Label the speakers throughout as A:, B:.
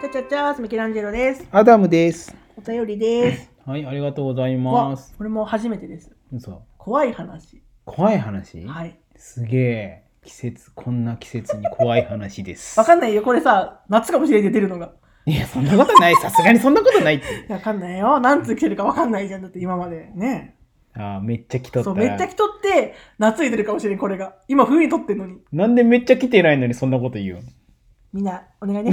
A: チャチャチャースミケランジェロです。
B: アダムです。
A: お便りです。
B: はい、ありがとうござい
A: わ
B: ます。
A: これも初めてです。
B: そう。
A: 怖い話。
B: 怖い話、
A: はい。
B: すげえ。季節、こんな季節に怖い話です。
A: わかんないよ、これさ、夏かもしれないで出るのが。
B: いや、そんなことない。さすがにそんなことないって。
A: いやわかんないよ。何通来てるかわかんないじゃん。だって今までね。
B: あーめっちゃ来とった
A: そう、
B: ら。
A: めっちゃ来とって、夏に出るかもしれん、これが。今、冬に撮ってんのに。
B: なんでめっちゃ来てないのにそんなこと言う
A: みんな、お願い ね。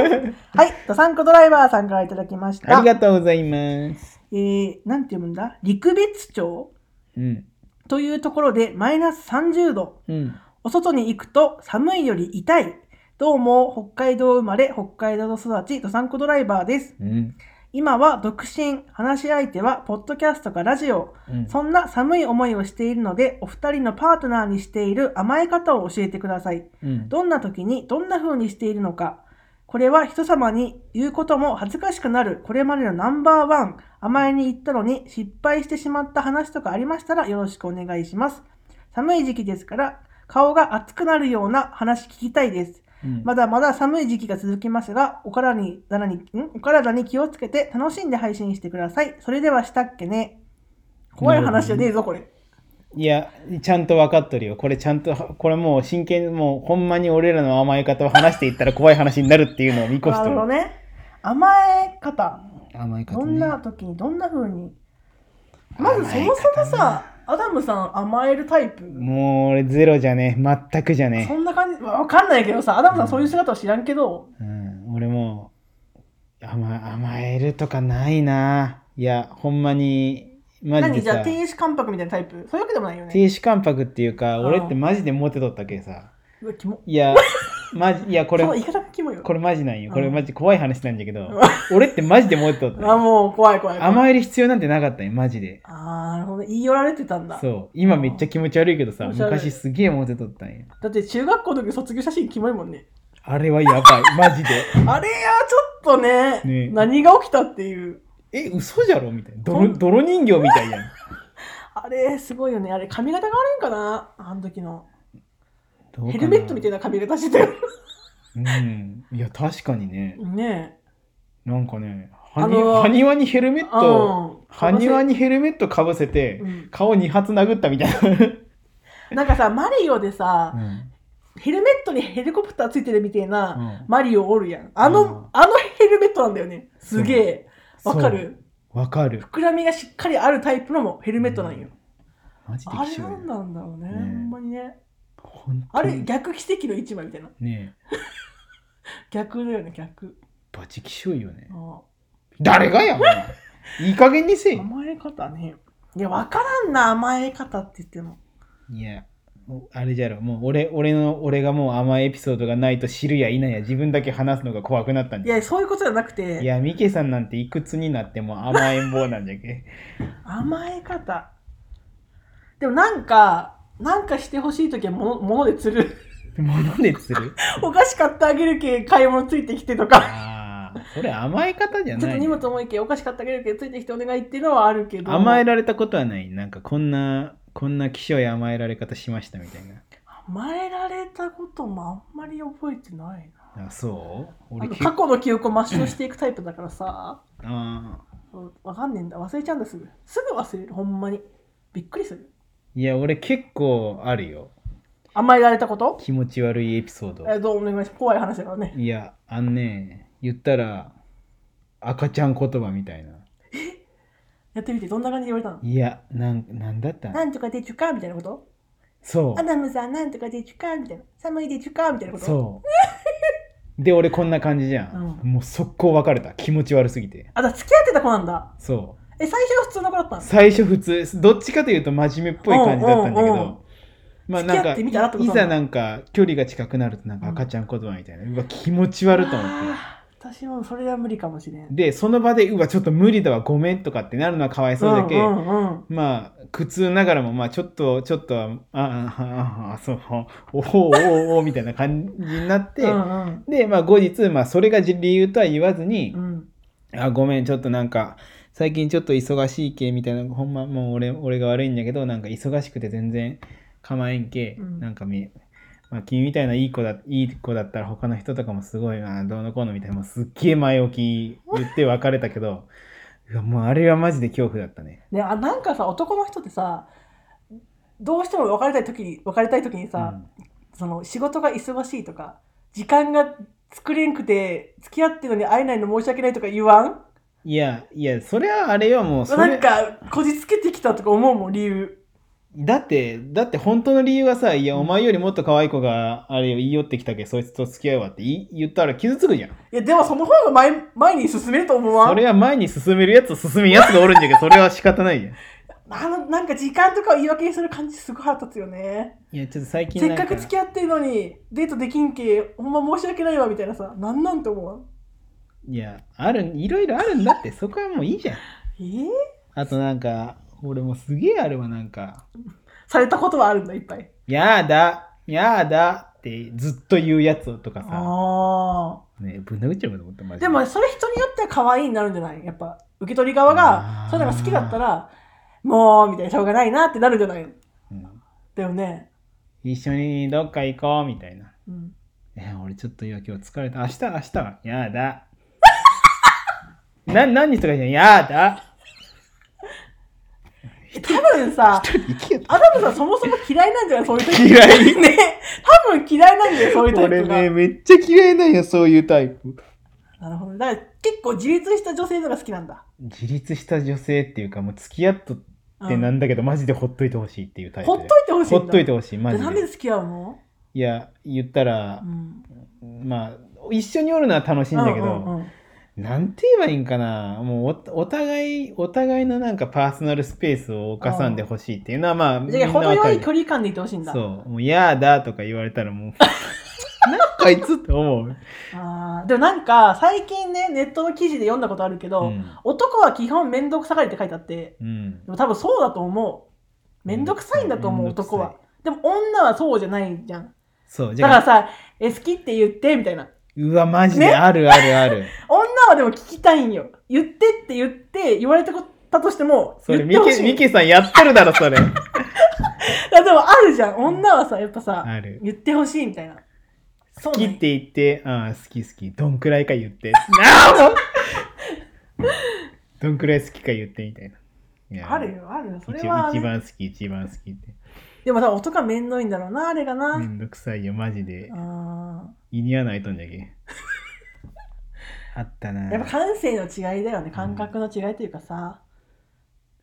A: はい。ドサンコドライバーさんからいただきました。
B: のありがとうございます。
A: えー、なんて読むんだ陸別町
B: うん。
A: というところでマイナス30度。
B: うん。
A: お外に行くと寒いより痛い。どうも、北海道生まれ、北海道育ち、どさんこドライバーです。
B: うん。
A: 今は独身、話し相手は、ポッドキャストかラジオ。
B: うん、
A: そんな寒い思いをしているので、お二人のパートナーにしている甘え方を教えてください。
B: うん。
A: どんな時に、どんな風にしているのか。これは人様に言うことも恥ずかしくなる、これまでのナンバーワン。甘えに行ったのに失敗してしまった話とかありましたらよろしくお願いします。寒い時期ですから、顔が熱くなるような話聞きたいです。
B: うん
A: まだまだ寒い時期が続きますが、お体に、だらに、んお体に気をつけて楽しんで配信してください。それではしたっけね。怖い話じゃねえぞ、これ。
B: いや、ちゃんと分かっとるよ。これちゃんと、これもう真剣、もうほんまに俺らの甘え方を話していったら怖い話になるっていうのを見越し
A: な
B: て
A: る
B: る
A: ほ。どね。甘え方。
B: 甘え方、ね。
A: どんな時にどんな風に。まずそもそもさ、アダムさん甘えるタイプ。
B: もう俺ゼロじゃねえ全くじゃ
A: そ
B: ね
A: んな感じ、わわかんないけどさ、アダムさんそういう姿は知らんけど、
B: え、うん、俺もう甘甘えるとかないないやほんまにマジ
A: 何
B: で
A: じゃ
B: さ
A: あ天使関白みたいなタイプそういうわけでもないよね。
B: 亭主関白っていうか
A: うん
B: 俺ってマジでモテとったけさ
A: うわ、キモ。
B: いやマジいやこ
A: こ
B: れ
A: の言い方がキモよ。
B: これマジなんよこれ
A: うん
B: マジ怖い話なんだけど
A: う
B: 俺ってマジでモテ とった
A: あ、
B: よ
A: もう怖い怖い怖い。
B: 甘える必要なんてなかったよマジで
A: あー、なるほど。言い寄られてたんだ。
B: そう今めっちゃ気持ち悪いけどさ
A: 気持ち悪い
B: 昔すげえモテとったんよ
A: だって中学校の時卒業写真キモいもんね。
B: あれはやばいマジで
A: あれや、ちょっとね、
B: ね
A: 何が起きたっていう。
B: え嘘じゃろみたいな
A: ほ
B: 泥
A: ん
B: 泥人形みたいやん
A: あれ、すごいよね。あれ、髪型が悪いんかなあの時の。
B: どうかな
A: ヘルメットみたいな髪型してたよ。
B: うん、いや確かにね
A: ね
B: なんかね
A: あのー
B: 埴輪にヘルメ
A: え。
B: ット
A: うん
B: 埴輪にヘルメットかぶせて
A: うん
B: 顔2発殴ったみたいな、
A: なんかさ、マリオでさ
B: う、ん
A: ヘルメットにヘリコプターついてるみたいな、
B: うん
A: マリオおるやん。あの、
B: うん
A: あのヘルメットなんだよね。すげえ。わかる
B: そうわかる
A: 膨らみがしっかりあるタイプのもヘルメットなんよ。
B: マジで
A: あ
B: 貴
A: れなん
B: 重や
A: なんだろうね。
B: ねえ
A: ほんまにね。
B: 本当
A: あれ、
B: に
A: 逆奇跡の一枚みたいな。
B: ねえ
A: 逆だよね、逆。
B: バチ貴重いよね
A: あ
B: 誰がやお前いい加減にせ
A: あ
B: え
A: 甘え方ね。いや、わからんな、甘え方って言っても。
B: いやもうあれじゃろもう俺俺の俺がもう甘いエピソードがないと知るや否や自分だけ話すのが怖くなったん
A: い
B: じゃ
A: や、そういうことじゃなくて、
B: いやミケさんなんていくつになっても甘えん坊なんじゃけ
A: 甘え方。でもなんか、なんかしてほしいときはもの物で釣る。
B: 物で釣る
A: お菓子買ってあげるけ、買い物ついてきてとか。
B: ああ、それ甘え方じゃ
A: ちょっ
B: な
A: と
B: い。
A: 荷物重いけ、お菓子買ってあげるけ、ついてきてお願いっていうのはあるけど。
B: 甘えられたことはない。なんかこんな、こんな気象や甘えられ方しましたみたいな。
A: 甘えられたこともあんまり覚えてないな。
B: あそう
A: あ
B: 俺
A: の
B: 結構
A: 過去の記憶を抹消していくタイプだからさ。
B: あ
A: そうわかんねえんだ。忘れちゃうんだ、すぐ。すぐ忘れる、ほんまに。びっくりする。
B: ー。いや、俺結構あるよ。
A: 甘えられたこと
B: 気持ち悪いエピソード。
A: えどうお願いします。怖い話だからね。
B: いや、あんね、言ったら、赤ちゃん言葉みたいな。
A: やってみて、どんな感じで言われたの
B: いや、なんなんだった
A: なんとかでちゅかみたいなこと
B: そ
A: アダムさん、なんとかでちゅかみたいな。寒いでちゅかみたいな
B: う。
A: こと
B: そう。で、俺こんな感じじゃん。
A: う
B: もう速攻別れた。気持ち悪すぎて。
A: あ、だから付き合ってた子なんだ。
B: そう。
A: え、最初は普通の子だったの
B: 最初普通どっちかというと真面目っぽい感じだったんだけ
A: うんうんうん
B: どまあなん
A: 付き合
B: か
A: ってみたらってこ
B: い
A: とな
B: ざ
A: んだ
B: なんか距離が近くなるとなんか赤ちゃん言葉みたいなうわ気持ち悪いと思って
A: あー私もそれは無理かもしれん。
B: でその場でうわちょっと無理だわごめんとかってなるのはかわいそうだけ
A: うんうんうん
B: まあ苦痛ながらもまあちょっとちょっとはああああそうおおおおおみたいな感じになって
A: うんうん
B: でまあ後日まあそれが理由とは言わずに
A: うん
B: あごめんちょっとなんか最近ちょっと忙しいけみたいなほんまもう俺俺が悪いんだけどなんか忙しくて全然構えんけ、
A: うん
B: なんかみまあ、君みたいないい子だ、いい子だったら他の人とかもすごいな、どうのこうのみたいな、もうすっげえ前置き言って別れたけど、 いやもうあれはマジで恐怖だったね。
A: ねあなんかさ男の人ってさどうしても別れたい時に別れたい時にさ、その仕事が忙しいとか時間が作れんくて付き合ってるのに会えないの申し訳ないとか言わん
B: うんいや、いや、それはあれよ、もうそ
A: な
B: れ
A: ん。かこじつけてきたとか思うもん理由
B: だって、だって本当の理由はさ、いや、お前よりもっと可愛い子が、あれよ、言い寄ってきたけど、そいつと付き合うわって言い言ったら傷つくじゃん。
A: いやでもその方が前前に進めると思わ
B: そ
A: ん
B: れは前に進めるやつと進めんやつがおるんじゃけど、それは仕方ないじゃん。
A: あのなんか時間とかを言い訳にする感じすごい腹立つよね
B: いや、ちょっと最近
A: せ
B: な
A: っ
B: んか
A: かく付き合ってるのにデートできんけほんま申し訳ないわみたいなさなんなんと思わん
B: いや、ある、いろいろあるんだって、そこはもういいじゃん。
A: えー、
B: あとなんか、俺もすげえあるわ、なんか、
A: されたことはあるんだいっぱい
B: やだ、やだってずっと言うやつとかさ、
A: ああ
B: ね、ぶん殴っちゃうかと思った、マジ
A: でもそれ人によっては可愛いになるんじゃないやっぱ受け取り側が
B: あー
A: そういうのが好きだったらもうみたいなしょうがないなってなるんじゃない
B: うん
A: だよね、
B: 一緒にどっか行こう、みたいな。
A: うん、
B: え、俺ちょっと今日疲れた。明日、明日は、やだ。な、何日とかじゃん、やだ。
A: え多分 さ
B: 一人生きよ
A: アダムさんそもそも嫌いなんじゃないそういうタイプ
B: 嫌 い
A: ね多分嫌いなんだよそういうタイ
B: 俺
A: プが、
B: ね、めっちゃ嫌いなんよ、そういうタイプ。
A: なるほどだから結構自立した女性のが好きなんだ、
B: 自立した女性っていうか、もう付き合っとっ
A: うん
B: てなんだけど、マジでほっといてほしいっていうタイプ
A: ほ
B: で。
A: っといてほしいんだ
B: ほっといてほしい、マジ
A: じゃあなん
B: で
A: で。付き合うの、
B: いや、言ったら
A: う、ん、
B: まあ、一緒におるのは楽しいんだけど、
A: うんうんうん
B: なんて言えばいいんかな、もうおお互い、お互いのなんかパーソナルスペースを侵さんでほしいっていうのは、まあ、みん
A: じゃ
B: な
A: あ程
B: わか
A: よ
B: る
A: い。距離感でいてほしいんだ
B: そう、もう、やだとか言われたらもう、 なんかあいつって思う。
A: あーでもなんか最近ねネットの記事で読んだことあるけど、
B: うん。
A: 男は基本面倒くさがりって書いてあって
B: うん
A: でも多分そうだと思う面倒くさいんだと思う
B: めんどくさ
A: 男
B: い
A: はでも女はそうじゃないじゃん
B: そう、じ
A: だか
B: ゃ
A: ら
B: あ、
A: さ「え好きって言って」みたいな
B: うわ、マジ
A: ね
B: であるあるある。
A: 女はでも聞きたいんよ言ってって言って言われたこととしても
B: それ、
A: 言っ
B: ミ
A: てほ
B: ケ、
A: し
B: ミ
A: い
B: ケさんやってるだろ、それ。
A: いやでもあるじゃん女はさやっぱさ
B: ある。
A: 言ってほしいみたいなそ
B: 好
A: う
B: き
A: な
B: っ
A: ん
B: て言って、ああ、好き好き、どんくらいか 言って。なあもうどんくらい好きか言ってみたいな。いや
A: あるよあるよそれ
B: 一
A: は、
B: 一
A: ね、
B: 番好き、一番好きって。
A: でもさ男は面倒いんだろうなあれがな、
B: めんどくさいよ、マジで。
A: あ
B: 胃にはないとんじ ゃけ。あった
A: ー
B: な
A: やっぱ感性の違いだよね感覚の違いというかさ、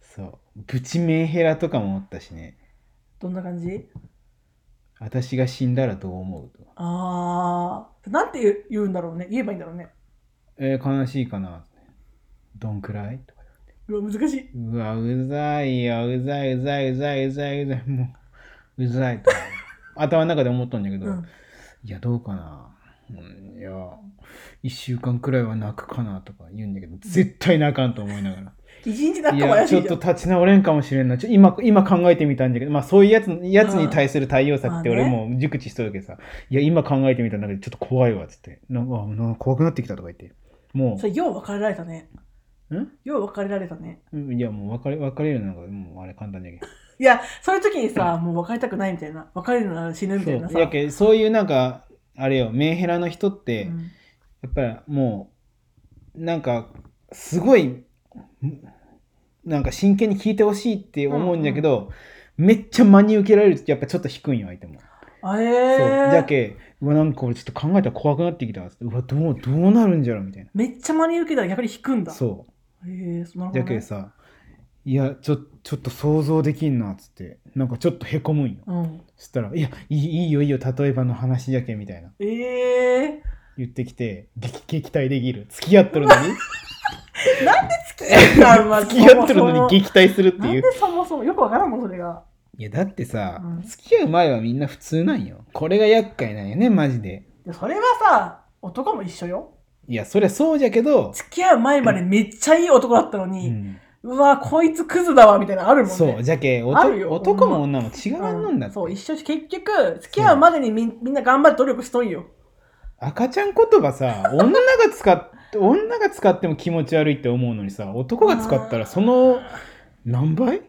B: そう。ブチメンヘラとかもおったしね。
A: どんな感じ
B: 私が死んだらどう思うと。
A: ああ、なんて言う言うんだろうね。言えばいいんだろうね。
B: えー悲しいかなどんくらいとか。
A: うわ、難しい。
B: うわ、うざいよ、うざい、うざい、うざい、うざい、うざい、もう、う ざいと。頭の中で思ったんだけど、
A: うん。
B: いや、どうかな。うん、いや、一週間くらいは泣くかなとか言うんだけど、絶対泣かんと思い なが
A: 一日だ
B: ら。
A: っ
B: い
A: たも
B: や、
A: 怪し
B: ちょ
A: い
B: っ
A: じゃ
B: と
A: ん。
B: 立ち直れんかもしれんな。ちょ今、今考えてみたんだけど、まあそういうやつ、やつに対する対応策って
A: うん
B: 俺
A: まあ
B: もう熟知しとるけどさ、いや、今考えてみたんだけど、ちょっと怖いわ、つって。なんか、あなんか怖くなってきたとか言って。も
A: それ、よう別れられたね。
B: う、ん
A: よう別れられたね。
B: うんいや、もう別れ、別れるのが、もうあれ簡単じゃけん。
A: いや、そういう時にさ、もう別れたくないみたいな。別れるなら死ぬみたいな
B: そ
A: さ。
B: うやけそういうなんかあれよメンヘラの人って、
A: うん
B: やっぱりもうなんかすごいんなんか真剣に聞いてほしいって思うんだけど、めっちゃ真に受けられるとやっぱちょっと低いんよ相手も、
A: あ
B: そう
A: え
B: じ
A: え
B: ゃけうわなんか俺ちょっと考えたら怖くなってきたわつってうわどうどうなるんじゃろみたいな
A: めっちゃ真に受けたら逆に引くんだ。う。
B: そう
A: へえ、そなるほ
B: じ
A: ど
B: ゃけ
A: ね。
B: さいやちょちょっと想像できんなっつってなんかちょっとへこむんよ
A: うん。
B: そしたら「いやいいいいよいいよ例えばの話じゃけ」みたいな
A: ええ
B: 言ってきて撃撃退できる付き合っとるの に
A: 付き合ったんま
B: 付き合っとるのに
A: 激
B: 撃退するって
A: なん
B: いう
A: でそもそもよくわからんもん、それが。
B: いやだってさ、
A: うん
B: 付き合う前はみんな普通なんよこれが厄介なんよねマジで
A: でそれはさ、男も一緒よ。
B: いやそりゃそうじゃけど、
A: 付き合う前までめっちゃいい男だったの
B: う
A: に、
B: ん、
A: うわこいつクズだわみたいなのあるもんね
B: そうじゃけおと
A: あるよ
B: 男も女も違
A: う
B: うんだって、
A: そう一緒し結局付き合うまでにみんみんな頑張って努力しとんよ
B: 赤ちゃん言 葉さ女が使っ女が使っても気持ち悪いって思うのにさ男が使ったらその何倍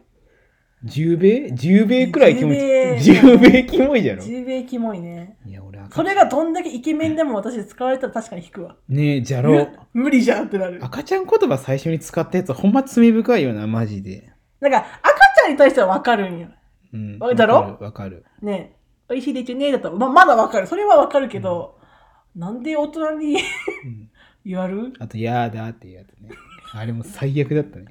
B: 10米 ?10 米くらいキモい。
A: 10
B: 10米キモいじゃろ。
A: 10米キモいね。
B: いや、俺赤
A: それがどんだけイケメンでも私使われたら確かに引くわ。
B: ねえ、じゃろ
A: む。無理じゃんってなる。
B: 赤ちゃん言葉最初に使ったやつ、ほんま罪深いよな、マジで。
A: なんか赤ちゃんに対してはわかるんよ。
B: うん。
A: わだろ
B: わかる。
A: ねえ、おいしいでちゅねえだと、ままだわかる。それはわかるけど、なんで大人に
B: うん
A: 言われる
B: あと、やーだっていうやつね。あれも最悪だったね。